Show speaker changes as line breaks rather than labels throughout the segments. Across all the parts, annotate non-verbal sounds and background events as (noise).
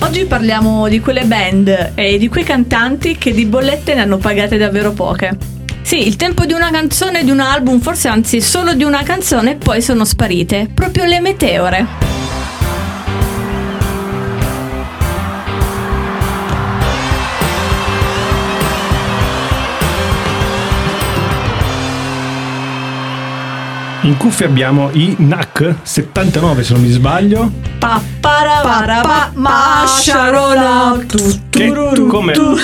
oggi parliamo di quelle band e di quei cantanti che di bollette ne hanno pagate davvero poche. Sì, il tempo di una canzone, di un album, forse anzi solo di una canzone, poi sono sparite, proprio le meteore.
In cuffia abbiamo i NAC 79 se non mi sbaglio che come no?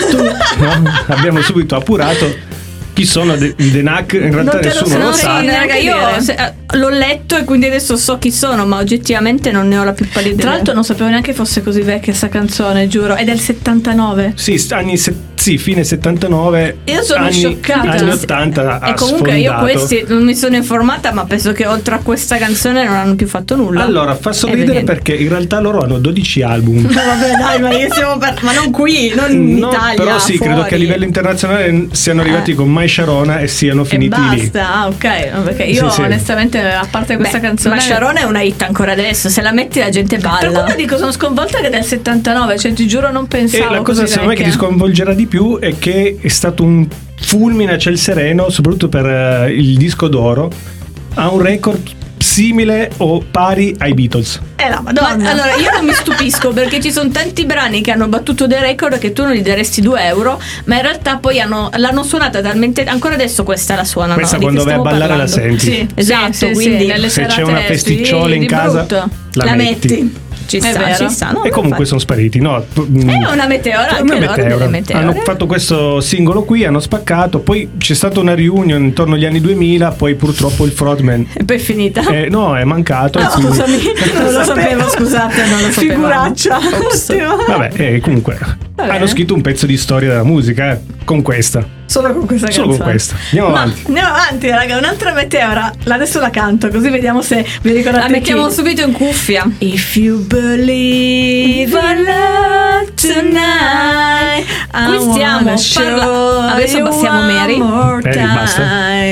abbiamo subito appurato chi sono de- i The NAC in realtà
Non te lo
nessuno
so
lo
dire,
sa
raga, io
dire.
se- eh, l'ho letto e quindi adesso so chi sono, ma oggettivamente non ne ho la più pallida idea. Tra l'altro non sapevo neanche fosse così vecchia sta canzone, giuro, è del 79.
sì, st- anni se- sì, fine 79
Io sono
anni,
scioccata.
anni 80 ha
E comunque
sfondato.
io questi non mi sono informata, ma penso che oltre a questa canzone non hanno più fatto nulla.
allora fa sorridere
niente.
perché in realtà loro hanno
(laughs)
12 album
Ma Eh, vabbè, dai, ma, io siamo per- ma non qui, non in
No,
Italia.
però sì credo
fuori. Eh.
che a livello internazionale siano arrivati con My Sharona e siano
E
finiti lì
basta, ah, ok. no, Perché io
Sì, sì.
onestamente, a parte questa canzone. Ma Sharona è una hit ancora adesso. Se la metti, la gente balla. Per quello dico, sono sconvolta che è del 79. Cioè, ti giuro, non
E
pensavo.
Eh, la cosa
così
secondo me che ti
vecchia.
sconvolgerà di più è che è stato un fulmine a ciel sereno, soprattutto per eh, il disco d'oro, ha un record simile o pari ai Beatles.
Eh la madonna. Ma, allora, io non mi stupisco perché ci sono tanti brani che hanno battuto dei record che tu non gli daresti 2 euro, ma in realtà poi hanno- l'hanno suonata talmente. Ancora adesso questa la suonano.
Questa
di che
quando vai a
stiamo
ballare la
parlando.
senti.
Sì, esatto.
sì, sì,
quindi nelle
Se c'è
serate
una festicciola
di-
in
di
casa,
brutto.
la metti.
Ci
È
sta,
vero.
ci sta. no,
e
no,
comunque
infatti.
sono spariti. No, p- mm,
Eh, È una meteora, anche
è una
loro
meteora.
delle meteore.
Hanno fatto questo singolo qui, hanno spaccato, poi c'è stata una reunion intorno agli anni 2000, poi purtroppo il
(laughs)
frontman
E poi è finita.
eh, no, è mancato. e
No,
quindi-
scusami, non lo sapevo, scusate, non lo sapevo.
Figuraccia.
Vabbè, eh, comunque
bene.
hanno scritto un pezzo di storia della musica eh, con questa.
Solo con questa
Solo con questa. Andiamo
Ma
avanti.
andiamo avanti, raga, un'altra meteora. La- Adesso la canto, così vediamo se vi ricordate.
La mettiamo
chi.
subito in cuffia.
If you believe in love tonight,
Qui stiamo, parla- adesso abbassiamo Mary.
Eh, basta,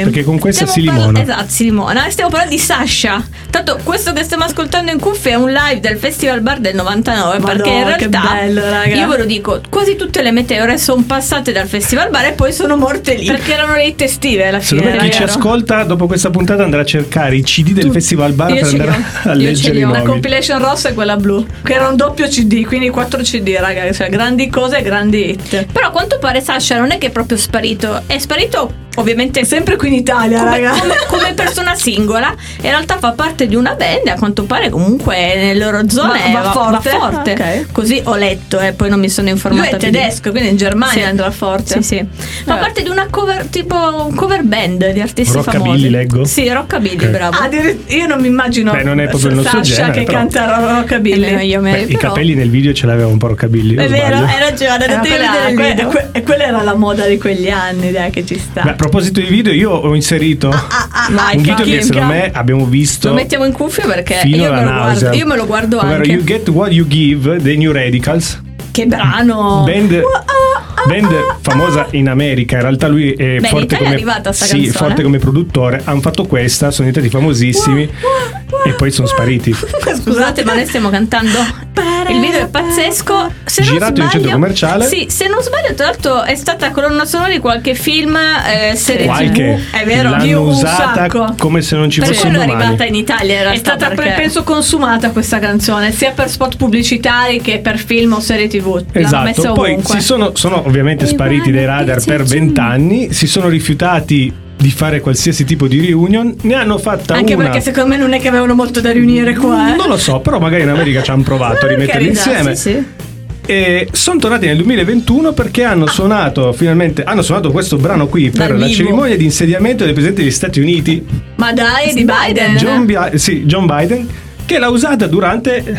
perché con questa si
parla-
limona.
esatto, si limona. Stiamo parlando di Sasha. Tanto questo che stiamo ascoltando in cuffia è un live del Festival Bar del 99.
Madò,
perché in
che
realtà,
bello, raga.
io ve lo dico, quasi tutte le meteore sono passate dal Festival Bar e poi sono morte lì. Perché erano le hit estive alla fine.
Secondo me chi ci
vero?
ascolta dopo questa puntata andrà a cercare i CD del Festival Bar
Io
per
ce li ho.
andare (laughs) a
Io ce
leggere
li
i
ho. La
nomi.
compilation rossa e quella blu, che era un doppio CD, quindi 4 CD, raga, cioè grandi cose e grandi hit.
Però a quanto pare Sasha non è che è proprio sparito, è sparito ovviamente
Sempre qui in Italia,
come,
raga. (laughs)
come- come persona singola, in realtà fa parte di una band e a quanto pare comunque nelle loro zone
Va- va forte? Ah,
forte.
Ok.
Così ho letto e poi non mi sono
Lui è
informata. più di-
tedesco, quindi in Germania
Sì.
andrà forte.
Sì, sì. Fa
Vabbè.
parte di una cover, tipo un cover band di artisti
Rockabilly,
famosi.
leggo.
Sì, Rockabilly,
Ok.
bravo.
Ah, dire- io non mi immagino
Beh, non è proprio il nostro
Sasha
genere,
che
però.
canta
Eh, no,
Rockabilly.
io me-
Beh, I
però-
capelli nel video ce l'aveva un po' roccabilli. o
È vero,
sbaglio?
hai ragione,
Eh,
andatevi
ma
a
quella-
vedere il
que-
video. Que- quella era la moda di quegli anni, dai, che ci sta.
Beh, a proposito di video, io ho inserito
Vai,
un
fa-
video che
Kim
secondo
ah, Cam-
me abbiamo visto.
Lo mettiamo in cuffia perché
fino
io
alla
me, lo guardo,
nausea.
io me lo guardo
Ovvero,
anche.
You Get What You Give dei New Radicals.
Che brano!
Band,
ah, ah,
band
ah,
famosa in America, in realtà lui è
Beh, in
forte,
Italia è
come,
arrivata sta
sì,
canzone.
forte come produttore, hanno fatto questa, sono diventati famosissimi
ah,
e poi sono spariti.
Scusate, ma noi stiamo cantando. Il video è pazzesco. Se
Girato
non
in un
sbaglio-
centro commerciale.
Sì, se non sbaglio, tra l'altro è stata colonna sonora di qualche film, eh, serie
Qualche
TV. È vero, di
l'hanno
un
usata
sacco.
come se non ci
Per
fosse un
quello è
domani.
arrivata in Italia in
È
realtà.
stata
perché-
penso consumata questa canzone sia per spot pubblicitari che per film o serie tv. L'hanno messa
Esatto, poi
ovunque.
si sono, sono ovviamente
E
spariti dai
guarda,
radar
c'è
per
Jimmy.
vent'anni, si sono rifiutati di fare qualsiasi tipo di reunion, ne hanno fatta
Anche
una.
perché secondo me non è che avevano molto da riunire qua, eh.
Non lo so, però magari in America ci hanno provato a
Per
rimetterli
carità,
insieme.
sì, sì.
E sono tornati nel 2021 perché hanno suonato finalmente hanno suonato questo brano qui per
Dal
la
vivo.
cerimonia di insediamento del presidente degli Stati Uniti
Ma dai, di Biden.
John, Bi- sì, John Biden che l'ha usata durante (laughs) le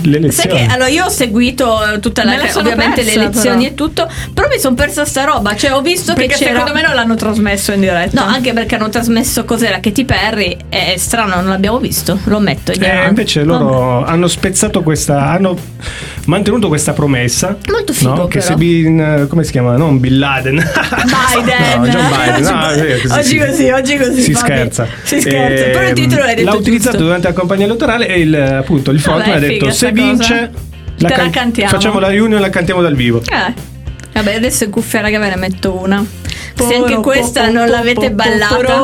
Sai
elezioni.
che allora io ho seguito eh, tutta la
Me la sono
ovviamente
persa,
le elezioni
però.
e tutto, però mi sono persa sta roba, cioè ho visto
Perché
che c'era
secondo me non l'hanno trasmesso in diretta.
No, anche perché hanno trasmesso cos'era Katy Perry, è strano, non l'abbiamo visto, lo ammetto. andiamo
Eh,
avanti.
invece loro hanno spezzato questa hanno mantenuto questa promessa
Molto figo,
no? che
però.
se Bin, come si chiama non Bin Laden
Biden. (laughs)
No, John Biden. No,
oggi
sì, così si-
così, oggi così.
si
Fabi.
scherza
Si scherza.
Ehm,
Però il titolo l'hai detto
l'ha utilizzato
giusto.
durante la campagna elettorale e il, appunto il frontman
Vabbè,
ha
è
detto
figa
se
sta cosa."
vince
Te la cantiamo.
Facciamo la reunion e la cantiamo dal vivo.
Eh. Vabbè, adesso è cuffiera che ve ne metto una. Se anche questa non l'avete ballata.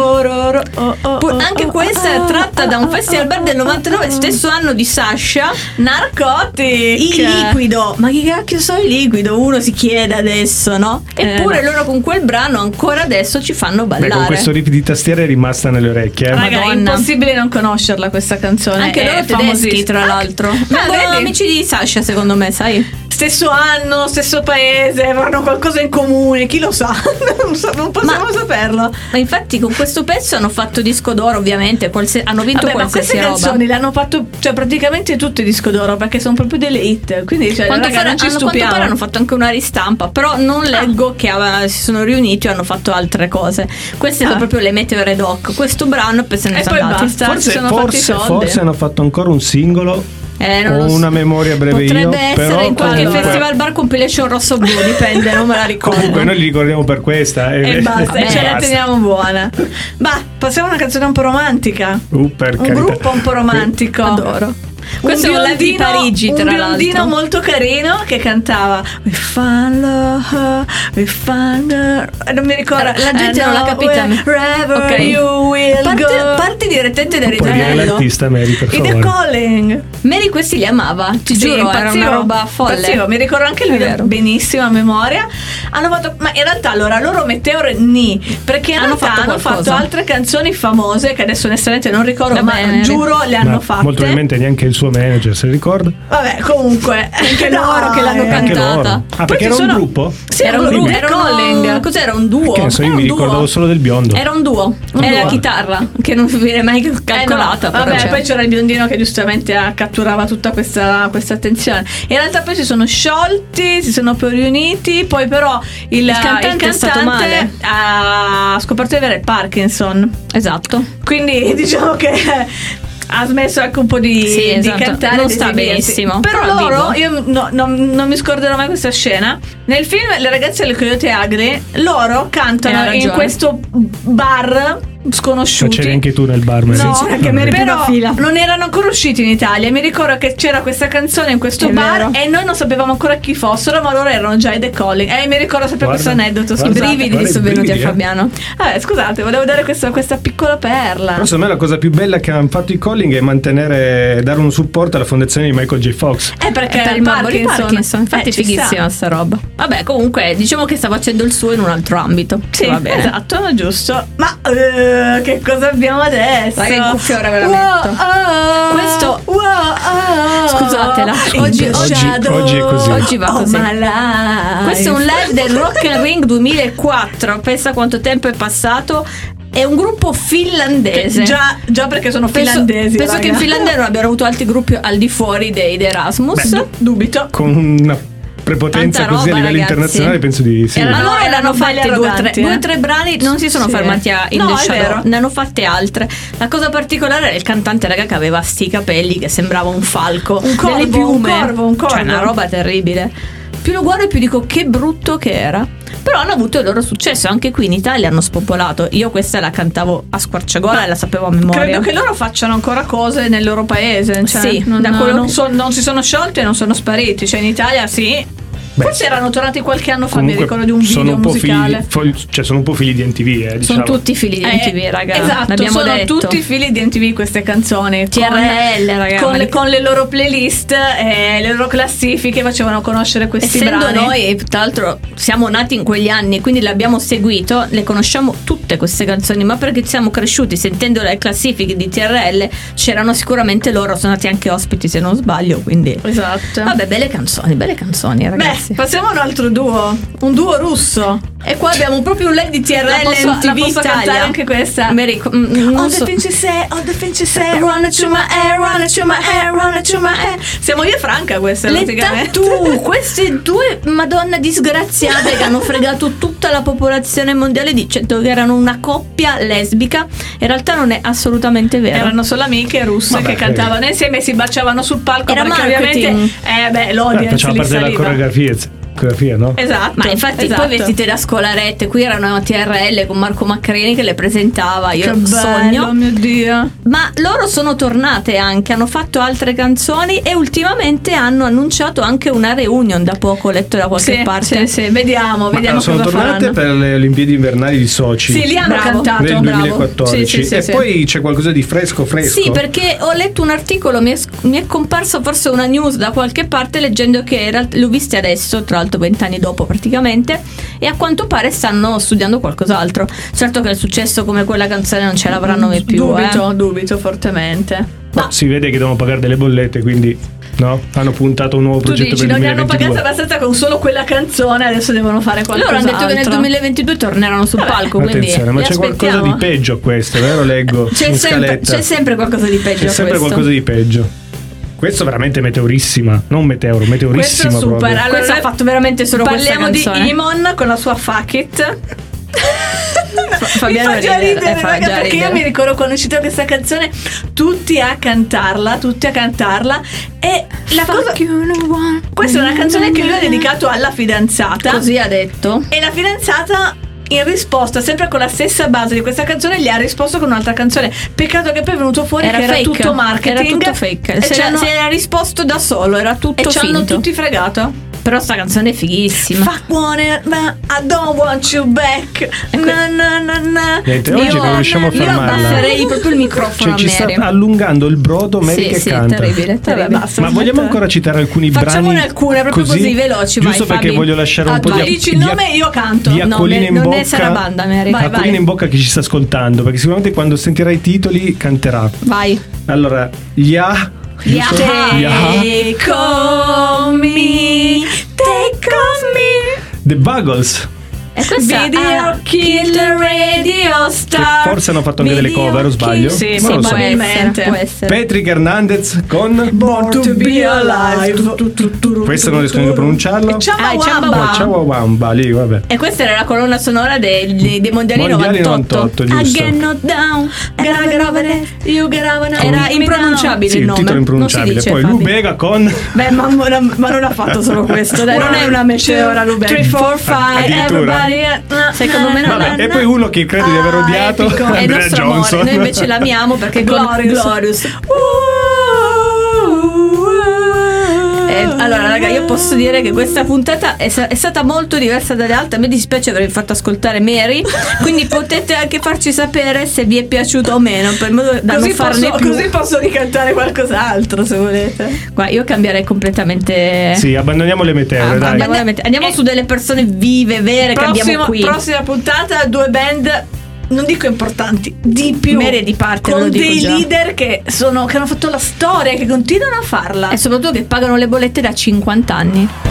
Pu- Anche questa è tratta da un festival bar del 99, stesso anno di Sasha.
Narcotic.
Il liquido, ma che cacchio so il liquido? Uno si chiede adesso, no?
Eh,
Eppure
no.
loro con quel brano ancora adesso ci fanno
Beh, con
ballare.
questo riff di tastiera è rimasta nelle orecchie. eh.
Raga,
Raga, è
Madonna.
impossibile non conoscerla questa canzone.
Anche
è
loro tedeschi,
famosissima.
tra
(laughs)
l'altro. Ma
Ah,
erano
vedi?
amici di Sasha, secondo me, sai?
Stesso anno, stesso paese, avranno qualcosa in comune, chi lo sa? (laughs) non, so- non possiamo
Ma-
saperlo.
Ma infatti con questo pezzo hanno fatto disco d'oro, ovviamente, qualsi- hanno vinto
Vabbè, ma
qualsiasi
queste
roba.
canzoni l'hanno fatto, cioè praticamente tutte disco d'oro perché sono proprio delle hit. Quindi cioè,
Quanto
raga,
pare-
non ci
hanno, quanto
stupiamo.
pare hanno fatto anche una ristampa, però non leggo che ah, si sono riuniti o hanno fatto altre cose. Queste sono
Ah.
proprio le meteore doc. Questo brano poi se ne
E
sono
poi
andati.
basta.
si
Forse,
sono fatti
forse,
i soldi.
forse hanno fatto ancora un singolo.
Eh, non
Ho
lo so.
una memoria breve
Potrebbe
io,
essere
però
in qualche
comunque-
festival bar compilation rosso blu, dipende, non me la ricordo.
Comunque, noi li ricordiamo per questa. eh.
Eh. E
(laughs)
basta,
Vabbè,
e ce la
Basta.
teniamo buona. Ma passiamo a una canzone un po' romantica.
Uh, per
Un
carità.
gruppo un po' romantico.
Adoro.
Un
Questo è un live di
biondino-
Parigi, tra
un biondino
l'altro.
molto carino che cantava We found love, we found love. Eh, Non mi ricordo.
Eh, la gente
Eh,
non l'ha
no,
capita.
Wherever
Ok.
you will
Parte-
go.
parte direttamente dal
Puoi dire
ritornello.
l'artista, Mary, per
In the
favore.
calling.
Mary questi li amava, ti
Sì,
giuro, era una
impazzivo,
roba folle.
impazzivo. mi ricordo anche il
È
video
vero.
benissimo a memoria. Hanno fatto, ma in realtà allora loro meteore ni, perché in
Hanno
realtà
fatto
hanno fatto
qualcosa.
altre canzoni famose che adesso onestamente non ricordo,
Va
ma
bene.
giuro le hanno
Ma
fatte.
Molto probabilmente neanche il suo manager se ricorda.
Vabbè, comunque, eh. anche (laughs)
loro che l'hanno
Anche
Cantata.
loro. Ah,
Poi
perché
ci
era un
sono-
gruppo?
Sì,
era un gruppo,
The
era
Calling.
un, cos'era un duo?
Che ne so, io
Era
mi
un duo.
ricordavo solo del biondo.
Era un duo,
Un
era
duo.
la chitarra che non viene mai calcolata.
Eh no,
però
Vabbè,
c'è.
poi c'era il biondino che giustamente ah, catturava tutta questa, questa attenzione. In realtà poi si sono sciolti, si sono poi riuniti, poi però il,
Il cantante è stato
cantante
male.
ha scoperto di avere Parkinson.
Esatto.
Quindi (laughs) diciamo che ha smesso anche un po' di,
Sì,
di
esatto.
cantare.
Non
di
sta
esibirsi.
benissimo,
Però
però
loro,
vivo.
io no- non- non mi scorderò mai questa scena. Nel film Le ragazze del Coyote Agri, loro
Hai
cantano
ragione.
in questo bar
Ma
sconosciuto.
c'eri anche tu nel bar, Mary.
No,
anche
Ah,
Mary.
vabbè.
prima
però
fila.
non erano ancora usciti in Italia. Mi ricordo che c'era questa canzone in questo
È vero.
bar e noi non sapevamo ancora chi fossero, ma loro erano già i The Calling. E mi ricordo sempre
Guarda,
questo
guarda,
aneddoto.
I
scusate.
brividi
guarda
ti
i
sono venuti a
brividi, eh.
Fabiano.
Ah, scusate, volevo dare questa, questa piccola perla.
Però secondo me la cosa più bella che hanno fatto i Colling è mantenere, dare un supporto alla fondazione di Michael J. Fox.
Eh, perché
per
il
il morbo di Parkinson. Infatti è
eh, ci sta.
fighissima sta roba. Vabbè, comunque diciamo che sta facendo il suo in un altro ambito.
Sì,
Va bene.
esatto, giusto. Ma eh, che cosa abbiamo adesso?
Raga, in cuffia ora ve la metto.
oh,
Questo-
wow, oh.
Scusatela.
Oggi, Oh,
Oggi- oggi è così.
Oggi va così. Questo è un live del Rock and Ring 2004. Pensa quanto tempo è passato. È un gruppo finlandese.
Già, già perché sono
Penso-
finlandesi.
Penso
raga.
che in Finlandia non abbiano avuto altri gruppi al di fuori dei dei Erasmus.
Du- Dubito.
Con una prepotenza
Tanta
così a
roba,
livello
ragazzi.
internazionale, penso di sì.
Ma
Erano-
loro ne hanno
belli
fatte due o tre,
arroganti, eh.
due o tre brani, non si sono
Sì.
fermati a In
No,
The
è
Shadow,
vero.
ne hanno fatte altre. La cosa particolare era il cantante, raga, che aveva sti capelli che sembrava un falco,
Un corvo,
delle piume.
un corvo, un corvo.
Cioè, una roba terribile. Più lo guardo e più dico che brutto che era. Però hanno avuto il loro successo, anche qui in Italia hanno spopolato. Io questa la cantavo a squarciagola e la sapevo a memoria.
Credo che loro facciano ancora cose nel loro paese. Cioè,
Sì,
non,
da quello
non
che-
so- non si sono sciolti e non sono spariti. Cioè, in Italia sì.
Beh,
Forse
sì.
erano tornati qualche anno fa, mi
Comunque
ricordo di un video
sono un po'
musicale.
figli, fo- cioè sono un po' figli di NTV, eh,
Sono
diciamo.
tutti figli di
Eh,
MTV, raga.
Esatto,
l'abbiamo
sono
detto.
tutti figli di MTV queste canzoni. con-
TRL, raga,
Con,
ma-
le, con le loro playlist, eh, le loro classifiche facevano conoscere questi
Essendo
brani.
noi, tra l'altro, siamo nati in quegli anni, quindi l'abbiamo seguito, le conosciamo tutte queste canzoni, ma perché siamo cresciuti sentendo le classifiche di TRL, c'erano sicuramente loro, sono stati anche ospiti se non sbaglio, quindi...
Esatto.
Vabbè, belle canzoni, belle canzoni, ragazzi.
Beh, passiamo a un altro duo, un duo russo.
e qua abbiamo proprio un led di TRL
La posso- la
MTV
posso
Italia.
cantare anche questa?
Americo- mm, mm, non
On
so.
the finch say, on the finch say, run it through my hair, run it through my hair, run it through my hair. Siamo io e Franca questa,
Le
praticamente.
tattoo, queste due madonna disgraziate che hanno fregato tutta la popolazione mondiale dicendo che erano una coppia lesbica, in realtà non è assolutamente vero.
(laughs) Erano solo amiche russe
Vabbè,
che cantavano insieme e si baciavano sul palco
Era
perché
marketing.
ovviamente eh beh,
Eh,
l'audience
facciamo
li
parte della
saliva.
coreografia. discografia, no?
Esatto.
Ma infatti
esatto.
poi vestite da scolarette, qui era una TRL con Marco Macrini che le presentava, io
Che
lo
bello,
sogno.
mio Dio.
Ma loro sono tornate anche, hanno fatto altre canzoni e ultimamente hanno annunciato anche una reunion da poco, ho letto da qualche
Sì,
parte.
sì, sì, vediamo,
Ma
vediamo
sono
cosa
tornate
faranno.
per le Olimpiadi invernali di Sochi
Sì, lì hanno
Bravo.
cantato,
nel
bravo.
2014.
Sì, sì, sì,
e
sì.
poi c'è qualcosa di fresco fresco.
Sì, perché ho letto un articolo, mi è, mi è comparsa forse una news da qualche parte leggendo che in realtà- l'ho vista adesso, tra l'altro vent'anni dopo praticamente, e a quanto pare stanno studiando qualcos'altro. Certo che il successo come quella canzone non ce l'avranno mai più, eh.
Dubito, dubito fortemente.
Ma si vede che devono pagare delle bollette, quindi no? hanno puntato un nuovo
Tu
progetto
dici,
per
non
il
li hanno pagati
2022.
abbastanza con solo quella canzone, adesso devono fare
Loro
qualcos'altro.
hanno detto che nel 2022 torneranno sul
Vabbè.
palco, quindi
Attenzione, ma
li
c'è qualcosa di
aspettiamo.
peggio a questo, vero? Leggo
C'è
in
sempre,
scaletta.
c'è sempre qualcosa di peggio.
C'è sempre
a questo.
qualcosa di peggio. Questo è veramente meteorissima, non meteoro,
Questo
meteorissima
supera.
proprio.
Allora,
Questo ha
noi
fatto veramente solo questa
Parliamo di
canzone.
Imon con la sua fuck
(laughs)
it.
Fabiano
mi fa già
ridere,
ridere,
eh, fa
raga,
già
perché
ridere.
io mi ricordo quando è uscita questa canzone, tutti a cantarla, tutti a cantarla. E la cosa. Questa è una canzone che lui ha dedicato alla fidanzata.
Mm. Così ha detto.
E la fidanzata in risposta, sempre con la stessa base di questa canzone, gli ha risposto con un'altra canzone. Peccato che poi è venuto fuori
Era
che
fake.
era tutto marketing.
Era tutto fake.
E
Se
ci
la-
hanno-
se l'ha
risposto da solo, era tutto E ci hanno
finto.
tutti fregato.
Però sta canzone è fighissima.
Fuck one, ma I don't want you back.
que-
Na, na, na, na.
Ecco. Niente, oggi
Io-
non riusciamo a
io
fermarla.
abbasserei proprio il microfono
Cioè, ci
a
sta
Mary.
allungando il brodo Mary
sì,
che
sì,
canta.
terribile,
Vabbè,
terribile.
basta.
Ma vogliamo ancora citare alcuni
Facciamone
brani?
alcune, proprio così, veloci, vai,
Giusto perché
Fabi.
voglio lasciare un
Ah,
po'
tu
di
dici
il
di-
nome e io canto.
Di
No,
acquolina
ne-
in
non
bocca.
ne sarà banda, Mary.
Acquolina
Vai, vai.
in bocca che ci sta ascoltando, perché sicuramente quando sentirà i titoli canterà.
Vai.
Allora, Yah giusto?
Yah.
Yah.
Take on me, take on me.
The Buggles.
E questa
Video
ah,
kill the radio star.
Che forse hanno fatto anche delle
Video
cover, o
kill-
sbaglio?
Sì,
Ma
sì,
non lo
può
so.
essere,
probabilmente.
può essere.
Patrick Hernandez con
Born to be alive.
Questo non riesco neanche a pronunciarlo.
E Ciao,
Ah, e ciao,
Wamba.
Wamba.
Oh, ciao Wamba, lì, vabbè.
e questa era la colonna sonora dei, dei- dei mondiali,
Mondiali 98, giusto.
I get knocked down,
Gotta get over
era,
it, you gotta over it.
era impronunciabile
Sì,
il
il
nome.
titolo è impronunciabile.
Non si dice,
Poi
Fabi.
Lubega con
Beh, ma, ma- ma non ha fatto solo questo, dai, non è una meteora Lubec.
3, 4, 5,
Addirittura.
everybody.
eh,
Secondo me non
Vabbè,
è.
e poi uno che credo di aver
Ah,
odiato
epico.
È il
Andrea
nostro
Johnson.
amore, noi invece l'amiamo perché con
Glorious.
Glorious. Eh,
Eh,
allora, raga, io posso dire che questa puntata è, sa- è stata molto diversa dalle altre. Mi dispiace avervi fatto ascoltare Mary. Quindi potete anche farci sapere se vi è piaciuto o meno. Per modo da
così
non farne
posso,
più.
così posso ricantare qualcos'altro se volete.
Guarda, io cambierei completamente.
Sì, abbandoniamo le meteore,
Ah,
dai.
andiamo veramente- andiamo su delle persone vive, vere che abbiamo
Prossima,
qui.
prossima puntata, due band. Non dico importanti, di più.
Mere di parte, ve
Con
lo dico
dei
già.
leader che, sono, che hanno fatto la storia, che continuano a farla.
E soprattutto che pagano le bollette da 50 anni.